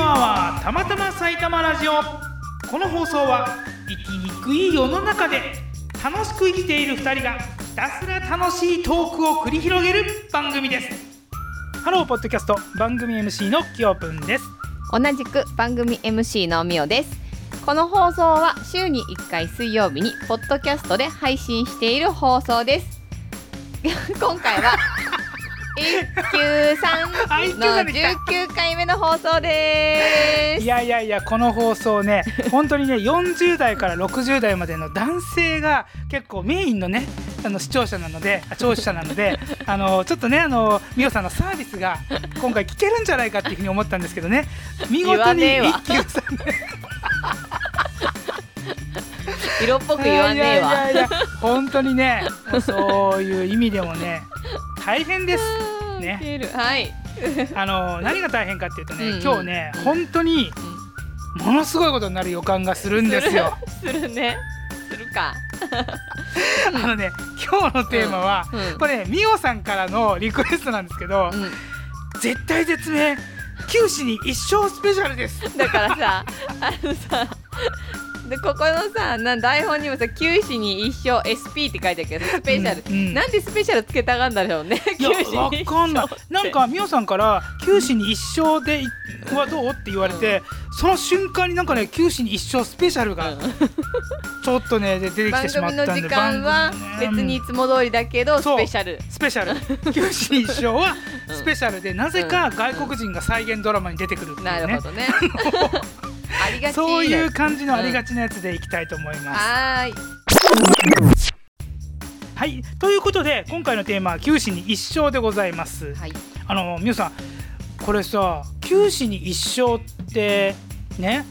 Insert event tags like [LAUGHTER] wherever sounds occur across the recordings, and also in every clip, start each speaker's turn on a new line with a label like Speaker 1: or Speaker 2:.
Speaker 1: たまたま埼玉ラジオこの放送は生きにくい世の中で楽しく生きている2人がひたすら楽しいトークを繰り広げる番組ですハローポッドキャスト番組 MC のきよぷんです
Speaker 2: 同じく番組 MC のみおですこの放送は週に1回水曜日にポッドキャストで配信している放送です [LAUGHS] 今回は [LAUGHS] 一休さんの19回目の放送で
Speaker 1: い
Speaker 2: す
Speaker 1: やいやいやこの放送
Speaker 2: [LAUGHS]
Speaker 1: ね本当にね40代から60代までの男性が結構メインのねあの視聴者なのであ聴取者なの
Speaker 2: [LAUGHS]
Speaker 1: であのちょっとねあの美桜さんのサービスが今回聞けるんじゃないかっていうふうに思ったんですけどね見
Speaker 2: 言
Speaker 1: 事
Speaker 2: わ
Speaker 1: に
Speaker 2: ねえわ
Speaker 1: 一休さんね
Speaker 2: 色っぽく言わねえ
Speaker 1: い
Speaker 2: わ
Speaker 1: やいやいや本当にねもうそういう意味でもね大変です
Speaker 2: うん
Speaker 1: ね
Speaker 2: ウケるはい、
Speaker 1: あの何が大変かっていうとね、
Speaker 2: うんうん
Speaker 1: 今日ね本当にものすごいことになる予感がするんですよ。
Speaker 2: するねするか、
Speaker 1: あのね今日のテーマは、
Speaker 2: うん
Speaker 1: これミオさんからのリクエストなんですけど、
Speaker 2: うん
Speaker 1: 絶対絶命九死に一生スペシャルです。
Speaker 2: だからさあのさでここのさなん台本にもさ「九死に一生 SP」って書いてあるけどスペシャル、
Speaker 1: うんうん
Speaker 2: なんでスペシャルつけたがんだろうね
Speaker 1: い
Speaker 2: [LAUGHS] 九
Speaker 1: や
Speaker 2: 死
Speaker 1: わ
Speaker 2: に一
Speaker 1: かんない
Speaker 2: 生って
Speaker 1: なんかミオさんから九死に一生でいはどうって言われて、その瞬間になんかね九死に一生スペシャル
Speaker 2: う
Speaker 1: が
Speaker 2: ん
Speaker 1: ちょっとねで出てき
Speaker 2: 番
Speaker 1: てしまった
Speaker 2: 組の
Speaker 1: んで
Speaker 2: 時間は
Speaker 1: 番組
Speaker 2: 別
Speaker 1: のね
Speaker 2: にいつも通りだけど
Speaker 1: そ
Speaker 2: ス
Speaker 1: う
Speaker 2: ペシャル
Speaker 1: スペシャ
Speaker 2: [LAUGHS]
Speaker 1: ル九死に一生はスペシャルでなぜか外国人が再現ドラマに出てくるっていう
Speaker 2: なる
Speaker 1: ね
Speaker 2: ほどねありがち
Speaker 1: そういう
Speaker 2: ね
Speaker 1: 感じのありがちなやつでいきたいと思います。
Speaker 2: はーい
Speaker 1: はいということで今回のテーマは九死に一生でございます。
Speaker 2: はい
Speaker 1: あの皆さんこれさ九死に一生ってね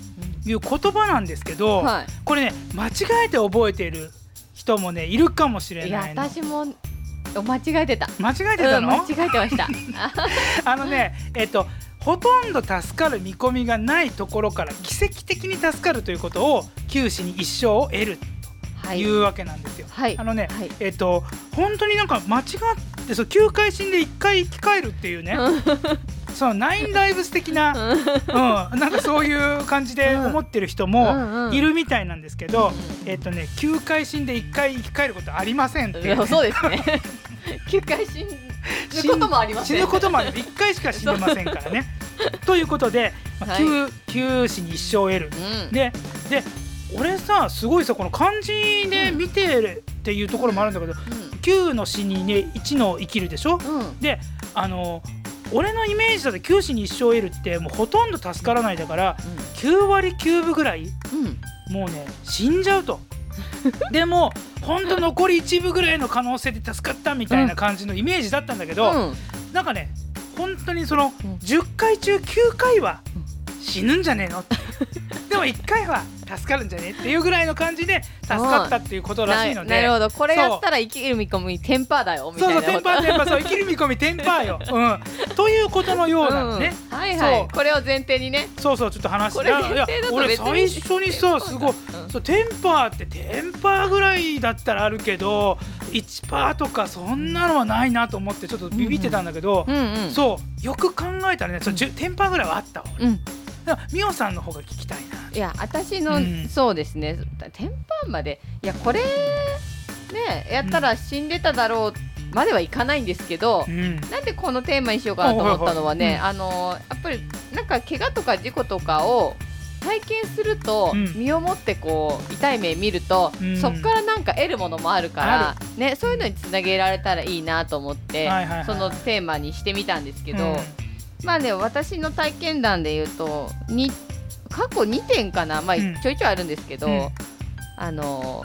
Speaker 1: いう言葉なんですけど、
Speaker 2: は
Speaker 1: これね間違えて覚えてる人もねいるかもし
Speaker 2: い
Speaker 1: れ
Speaker 2: いや
Speaker 1: ないの。
Speaker 2: 私も間違えてた
Speaker 1: 間違えてた
Speaker 2: うん、
Speaker 1: の、
Speaker 2: 間違えてました
Speaker 1: あのねえっとほとんど助かる見込みがないところから奇跡的に助かるということを九死に一生を得る
Speaker 2: は
Speaker 1: と
Speaker 2: い
Speaker 1: いうわけなんですよ。
Speaker 2: はい
Speaker 1: あのね、
Speaker 2: はい
Speaker 1: えっと本当になんか間違ってそう9回死んで1回生き返るっていうねそのナインライブス的な、うん、なんかそういう感じで
Speaker 2: うん
Speaker 1: 思ってる人
Speaker 2: うんう
Speaker 1: も
Speaker 2: ん
Speaker 1: いるみたいなんですけど、えっとね9回死んで1回生き返ることありませんっていう
Speaker 2: そうですね。9回死ぬ
Speaker 1: 死
Speaker 2: こともありま
Speaker 1: 死
Speaker 2: せん。
Speaker 1: ぬこともある1回しか死んでませんからね。ということで、まあ
Speaker 2: はい
Speaker 1: 九九死に一生を得る
Speaker 2: うん。
Speaker 1: でで俺さすごいさこの漢字で見てるっていうところもあるんだけど9の死にね1の生きるでしょ
Speaker 2: うん。うん。
Speaker 1: であの俺のイメージだと9死に一生得るってもうほとんど助からないだから9割9分ぐらい
Speaker 2: うん。
Speaker 1: もうね死んじゃう
Speaker 2: [LAUGHS]
Speaker 1: とでもほんと残り1分ぐらいの可能性で助かったみたいな感じのイメージだったんだけど、
Speaker 2: うん。
Speaker 1: なんかね本当にその
Speaker 2: うん
Speaker 1: 10回中9回は死ぬんじゃねえのって
Speaker 2: [LAUGHS]
Speaker 1: でも1回は助かるんじゃねえっていうぐらいの感じで助かったっていうことらしいの
Speaker 2: な
Speaker 1: で
Speaker 2: なるほど。これやったら生きる見込みテンパーだよみ
Speaker 1: そ
Speaker 2: た
Speaker 1: う
Speaker 2: い
Speaker 1: そ
Speaker 2: な
Speaker 1: う
Speaker 2: こ
Speaker 1: テンパ
Speaker 2: と。
Speaker 1: ーテンパーそう生きる見込みテンパーよ、うん、ということのようなのね、
Speaker 2: うん。はいは
Speaker 1: そう
Speaker 2: い。これを前提にね。
Speaker 1: そうそうちょっと話し
Speaker 2: こ
Speaker 1: て
Speaker 2: れ前提だと
Speaker 1: 俺
Speaker 2: 別に
Speaker 1: 最初
Speaker 2: [LAUGHS]
Speaker 1: にさすごい、
Speaker 2: うん
Speaker 1: そうテンパーってテンパーぐらいだったらあるけど1パーとかそんなのはないなと思ってちょっとビビってたんだけど、
Speaker 2: うんうん。
Speaker 1: そうよく考えたらねそう10テンパーぐらいはあったわ
Speaker 2: うん。
Speaker 1: だから美桜さんの方が聞きたいない
Speaker 2: や私
Speaker 1: う
Speaker 2: の
Speaker 1: ん
Speaker 2: そうですね。テンパーまでいやこれねやったら死んでただろうまではいかないんですけど。
Speaker 1: うん
Speaker 2: なんでこのテーマにしようかなと思ったのはね、あのやっぱりなんか怪我とか事故とかを体験すると、
Speaker 1: うん
Speaker 2: 身をもってこう痛い目見ると、
Speaker 1: うん
Speaker 2: そこからなんか得るものもあるからねそういうのにつなげられたらいいなと思って、
Speaker 1: はいはいはい
Speaker 2: そのテーマにしてみたんですけ
Speaker 1: う
Speaker 2: ど、
Speaker 1: ん
Speaker 2: まあね私の体験談で言うとに過去2点かな、まあ、
Speaker 1: うん
Speaker 2: ちょいちょいあるんですけど、
Speaker 1: うん
Speaker 2: あの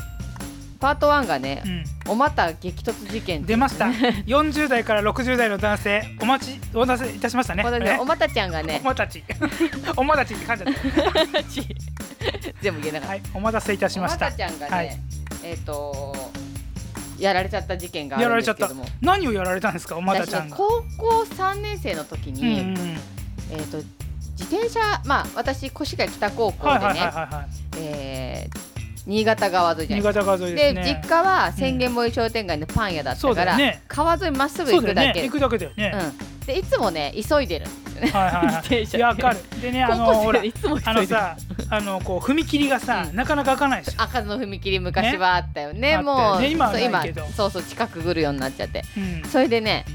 Speaker 2: パート1がね、おまた激突事
Speaker 1: う
Speaker 2: 件
Speaker 1: ん出ま
Speaker 2: [LAUGHS]
Speaker 1: した40代から60代の男性お待ちお待たせいたしましたね
Speaker 2: これね
Speaker 1: ね
Speaker 2: おまたちゃんがね
Speaker 1: おまたちおまたちって [LAUGHS] 感じだっ
Speaker 2: [LAUGHS] 全部言えなか
Speaker 1: た
Speaker 2: った。
Speaker 1: はいお待たせいたしました
Speaker 2: おばたちゃんがね、
Speaker 1: はい
Speaker 2: えっ、とやられちゃった事件があ
Speaker 1: やられ
Speaker 2: るんで
Speaker 1: ちゃっ
Speaker 2: すけ
Speaker 1: た
Speaker 2: ども。
Speaker 1: 何をやられたんですかおまたちゃん
Speaker 2: 私ね
Speaker 1: が
Speaker 2: 高校3年生の時
Speaker 1: うんうん
Speaker 2: に、
Speaker 1: うん
Speaker 2: えっ、と自転車まあ私越谷北高校
Speaker 1: はい
Speaker 2: でね、
Speaker 1: はいはいはいはい
Speaker 2: えー新潟川沿いじゃ
Speaker 1: 新
Speaker 2: ない
Speaker 1: 潟川沿い
Speaker 2: で
Speaker 1: ですね
Speaker 2: 実家は千元森商店街のパン屋だった
Speaker 1: そう
Speaker 2: か
Speaker 1: だよ
Speaker 2: ら、
Speaker 1: ね
Speaker 2: 川沿いまっすぐ
Speaker 1: そうだ
Speaker 2: 行く
Speaker 1: よ
Speaker 2: だ
Speaker 1: ね
Speaker 2: け
Speaker 1: 行くだけだよね
Speaker 2: うん、でいつもね急いでるんですよね
Speaker 1: はいはい
Speaker 2: 自転 [LAUGHS]
Speaker 1: はい。
Speaker 2: 車
Speaker 1: いやわかる。でねあの
Speaker 2: 高校
Speaker 1: ほ
Speaker 2: 生
Speaker 1: ら
Speaker 2: でいつも急
Speaker 1: あ
Speaker 2: いで
Speaker 1: の
Speaker 2: る
Speaker 1: さあのこう踏切がさ、
Speaker 2: う
Speaker 1: なかなか開かないでしょ。
Speaker 2: 赤の踏切昔はあったよね
Speaker 1: あった
Speaker 2: もう
Speaker 1: ね今は
Speaker 2: そう
Speaker 1: ないけど
Speaker 2: そうそう近く来るようになっちゃって
Speaker 1: うん。
Speaker 2: それでね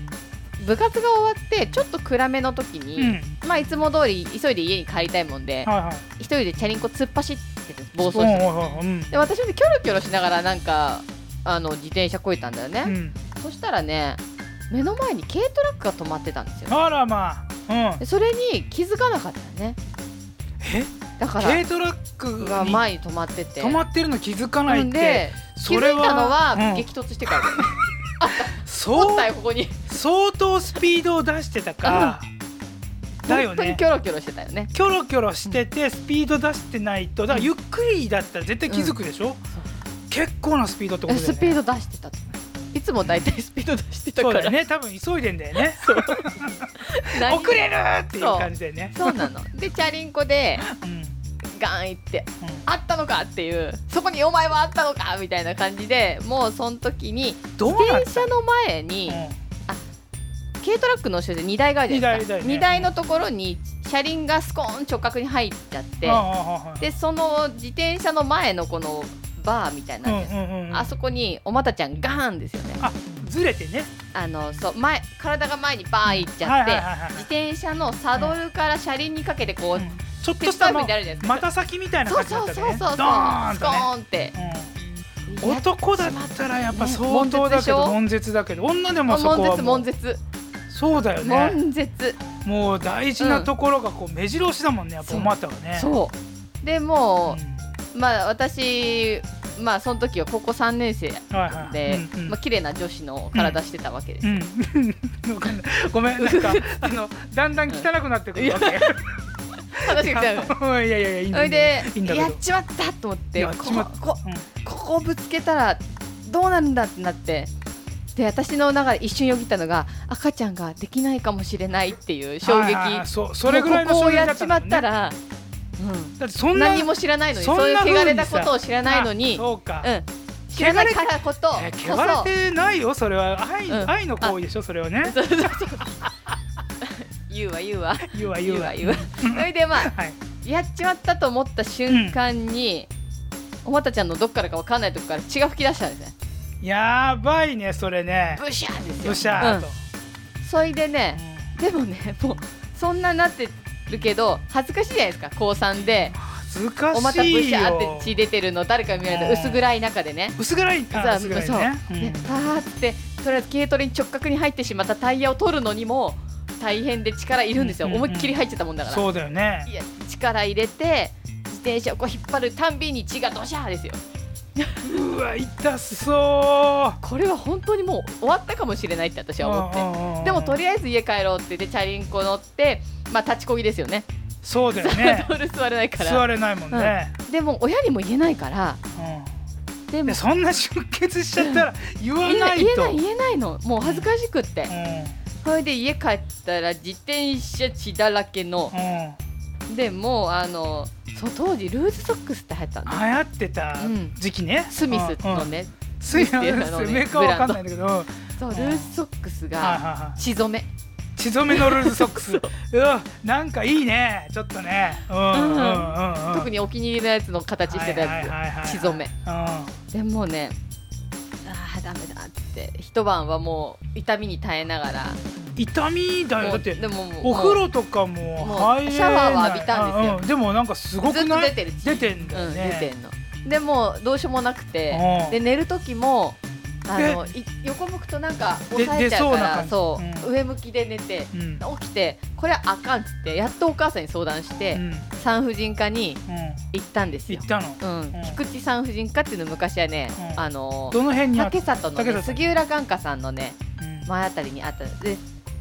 Speaker 2: 部活が終わってちょっと暗めの時に、
Speaker 1: うん。
Speaker 2: まあいつも通り急いで家に帰りたいもんで
Speaker 1: はいはい。
Speaker 2: 一人でチャリンコ突っ走ってて暴走
Speaker 1: うん
Speaker 2: して
Speaker 1: うん
Speaker 2: で私もキョロキョロしながらなんかあの自転車こいたんだよ
Speaker 1: うんう
Speaker 2: ね、
Speaker 1: ん。
Speaker 2: そしたらね目の前に軽トラックが止まってたんですよ
Speaker 1: あらまあ。うん
Speaker 2: で。それに気づかなかったよね
Speaker 1: え
Speaker 2: だから
Speaker 1: 軽トラック
Speaker 2: が
Speaker 1: が
Speaker 2: 前に止まってて
Speaker 1: 止まってるの気づかないっ
Speaker 2: ん
Speaker 1: て。
Speaker 2: で気
Speaker 1: そ
Speaker 2: づ
Speaker 1: れ
Speaker 2: いたのは、
Speaker 1: うん
Speaker 2: 激突してからだよねおっ
Speaker 1: そ
Speaker 2: た
Speaker 1: う
Speaker 2: よここに
Speaker 1: 相当スピードを出してたか。だよ
Speaker 2: 本当に
Speaker 1: ね
Speaker 2: キ。ョロキョロしてたよね
Speaker 1: キョロキョロしててスピード出してないとだからゆっくりだったら絶対気づくでしょ、結構なスピードってことだよね
Speaker 2: スピード出してたいつもだいたいスピード出してた
Speaker 1: そ
Speaker 2: か
Speaker 1: う
Speaker 2: ら
Speaker 1: だよね多分急いでんだよね
Speaker 2: 何
Speaker 1: 遅れるっていう感じでね
Speaker 2: そうなのでチャリンコで
Speaker 1: うんうん
Speaker 2: ガン行ってあったのかっていうそこにお前はあったのかみたいな感じでもうその時に
Speaker 1: どうなっ
Speaker 2: 電
Speaker 1: た
Speaker 2: 車の前に軽トラックの後ろで荷台があるじゃないですか
Speaker 1: 荷台だよね
Speaker 2: 荷台のところに車輪がスコーン直角に入っちゃって
Speaker 1: で
Speaker 2: でその自転車の前のこのバーみたいなのあるじゃないですかあそこにおまたちゃんガーンですよね
Speaker 1: あずれてね
Speaker 2: あのそう前体が前にバーン行っちゃって、
Speaker 1: はいはいはいはい
Speaker 2: 自転車のサドルから車輪にかけてこう、
Speaker 1: うんちょっ
Speaker 2: ペ
Speaker 1: と
Speaker 2: ッ
Speaker 1: した
Speaker 2: パーみ
Speaker 1: ま
Speaker 2: たいなのあるじゃないですか、
Speaker 1: また先みたいな
Speaker 2: そう
Speaker 1: 感じだ
Speaker 2: そ
Speaker 1: っ
Speaker 2: うそ
Speaker 1: た
Speaker 2: う
Speaker 1: ね
Speaker 2: そうそう
Speaker 1: ドーン
Speaker 2: ス
Speaker 1: と
Speaker 2: コーンって
Speaker 1: ねうん
Speaker 2: やっ
Speaker 1: 男だったらやっぱ相当だけど悶絶だけど女でもそこ
Speaker 2: 悶
Speaker 1: は
Speaker 2: 絶
Speaker 1: も
Speaker 2: 悶
Speaker 1: う
Speaker 2: 絶
Speaker 1: そうだよね
Speaker 2: 悶絶
Speaker 1: もう大事なところがこう目白押しだもんねやっぱお股はね
Speaker 2: そうでも
Speaker 1: う
Speaker 2: う、まあ私まあその時は高校3年生
Speaker 1: んはいはい
Speaker 2: で、
Speaker 1: うんうん
Speaker 2: まあ綺麗な女子の体してたわけです、
Speaker 1: うん、 [LAUGHS] わかんないご
Speaker 2: [LAUGHS]
Speaker 1: めんなんかあのだんだん汚くなってくるわけ。
Speaker 2: 話が違う
Speaker 1: いやいやいやいいん
Speaker 2: そ
Speaker 1: だ
Speaker 2: れで
Speaker 1: いいんだけど
Speaker 2: やっちまったと思って
Speaker 1: やっちまった
Speaker 2: ここここをぶつけたらどうなるんだってなってで私の中で一瞬よぎったのが赤ちゃんができないかもしれないっていう衝撃
Speaker 1: はいはいはいそうそれぐらいの
Speaker 2: もう
Speaker 1: 衝
Speaker 2: ここを
Speaker 1: 撃だ
Speaker 2: や
Speaker 1: っ
Speaker 2: ったち
Speaker 1: ん
Speaker 2: ま
Speaker 1: だ
Speaker 2: った
Speaker 1: もんね
Speaker 2: ら、
Speaker 1: だって
Speaker 2: う
Speaker 1: そ
Speaker 2: ん、
Speaker 1: んな
Speaker 2: 何も知らないのに
Speaker 1: そん
Speaker 2: そういう
Speaker 1: な
Speaker 2: 汚
Speaker 1: 風
Speaker 2: れ
Speaker 1: に
Speaker 2: た
Speaker 1: さ
Speaker 2: ことを知らないのに
Speaker 1: そうか、
Speaker 2: うん、知らないからこそ
Speaker 1: え
Speaker 2: こ
Speaker 1: 汚れてないよそれは愛,、
Speaker 2: うん
Speaker 1: 愛の行為でしょそれはね
Speaker 2: そそうそう [LAUGHS] そう言うわ言うわ
Speaker 1: 言うわ言
Speaker 2: 言
Speaker 1: う
Speaker 2: う
Speaker 1: わ
Speaker 2: わ言うわそれでまあ
Speaker 1: [LAUGHS] はい
Speaker 2: やっちまったと思った瞬間に、おまたちゃんのどっからかわかんないとこから血が噴き出したんですね
Speaker 1: やばいねそれね
Speaker 2: ブシャーですよ
Speaker 1: ブシャーと、
Speaker 2: それでね、でもねもうそんななってるけど恥ずかしいじゃないですか高3で
Speaker 1: うん恥
Speaker 2: お
Speaker 1: ずか
Speaker 2: 股
Speaker 1: し
Speaker 2: ブ
Speaker 1: い
Speaker 2: シ
Speaker 1: よ
Speaker 2: ャーって血出てるの誰か見られたら
Speaker 1: うん
Speaker 2: 薄暗い中でね、
Speaker 1: 薄暗い
Speaker 2: さ
Speaker 1: あ
Speaker 2: あ
Speaker 1: 薄暗いね
Speaker 2: そうでパーってとりあえず軽トラに直角に入ってしまったタイヤを取るのにも大変で力いるんですよ、
Speaker 1: うんうんうん
Speaker 2: 思いっきり入っちゃったもんだ
Speaker 1: うん
Speaker 2: から
Speaker 1: そうだよね
Speaker 2: いや力入れて自転車をこう引っ張るたんびに血がドシャーですよ
Speaker 1: うわ痛そう
Speaker 2: これは本当にもう終わったかもしれないって私は思って
Speaker 1: 思
Speaker 2: でもとりあえず家帰ろうって言ってチャリンコ乗ってまあ立ちこぎですよね
Speaker 1: そうだよね
Speaker 2: ドル座れないから
Speaker 1: 座れないもんね、
Speaker 2: でも親にも言えないから
Speaker 1: うん
Speaker 2: で
Speaker 1: で
Speaker 2: も
Speaker 1: そんな出血しちゃったら言わ
Speaker 2: 言え
Speaker 1: ない
Speaker 2: 言え
Speaker 1: と、
Speaker 2: ない言えないのもう恥ずかしくって、それで家帰ったら自転車血だらけの
Speaker 1: うんうん、
Speaker 2: でもうあのそう当時ルーズソックスって流行ったんで
Speaker 1: 流行ってた
Speaker 2: うん
Speaker 1: 時期ね、
Speaker 2: スミスのね、
Speaker 1: スミス
Speaker 2: スミスっていうのね
Speaker 1: メーカーはわかんないんだけど、はい
Speaker 2: そう
Speaker 1: うん
Speaker 2: ルーズソックス
Speaker 1: はい
Speaker 2: が
Speaker 1: はい
Speaker 2: 血染め、
Speaker 1: 血染めのルーズソッ
Speaker 2: [LAUGHS]
Speaker 1: クスうわなんかいいねちょっとねうんうんうんうん
Speaker 2: 特にお気に入りのやつの形してたやつ、
Speaker 1: はいはいはいはい
Speaker 2: 血染め
Speaker 1: うん
Speaker 2: でもうねあーダメだって一晩はもう痛みに耐えながら
Speaker 1: 痛みだよ
Speaker 2: も
Speaker 1: だ
Speaker 2: う
Speaker 1: って
Speaker 2: でももう
Speaker 1: お風呂とかも
Speaker 2: もう
Speaker 1: 入れない
Speaker 2: シャワーは浴びたんですよ
Speaker 1: うでもなんかすご
Speaker 2: ず
Speaker 1: く
Speaker 2: っと
Speaker 1: な
Speaker 2: 出
Speaker 1: い
Speaker 2: てる血
Speaker 1: 出てんだよね
Speaker 2: うん、出てんのでもうどうしようもなくて
Speaker 1: うん
Speaker 2: で寝る時もあのい横向くとなんか押さえちゃうから
Speaker 1: で出
Speaker 2: そ
Speaker 1: そううな感じうん
Speaker 2: 上向きで寝て
Speaker 1: うん
Speaker 2: 起きてこれあかんっつってやっとお母さんに相談して、
Speaker 1: うんうん
Speaker 2: 産婦人科に行ったんですよ
Speaker 1: 行っ、たの
Speaker 2: うん
Speaker 1: ん
Speaker 2: 菊池産婦人科っていうの昔はね、
Speaker 1: うん
Speaker 2: あの
Speaker 1: どの辺にあった
Speaker 2: 竹里の、
Speaker 1: 竹
Speaker 2: ね、
Speaker 1: 里
Speaker 2: 杉浦眼科さんのね
Speaker 1: うん
Speaker 2: 前あたりにあったで